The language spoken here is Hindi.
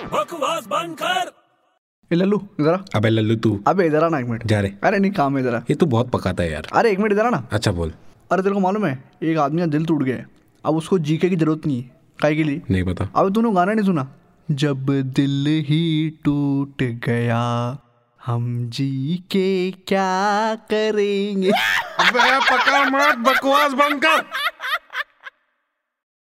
आवाज बंद कर ए, लल्लू जरा अबे लल्लू तू अबे इधर आना एक मिनट जा रे अरे नहीं काम है जरा ये तू बहुत पकाता है यार अरे एक मिनट इधर आना अच्छा बोल अरे तेरे को मालूम है एक आदमी का दिल टूट गया है अब उसको जीके की जरूरत नहीं है काय के लिए नहीं पता अब तूने गाना नहीं सुना जब दिल ही टूट गया हम जी के क्या करेंगे अबे पका मत बकवास बंद कर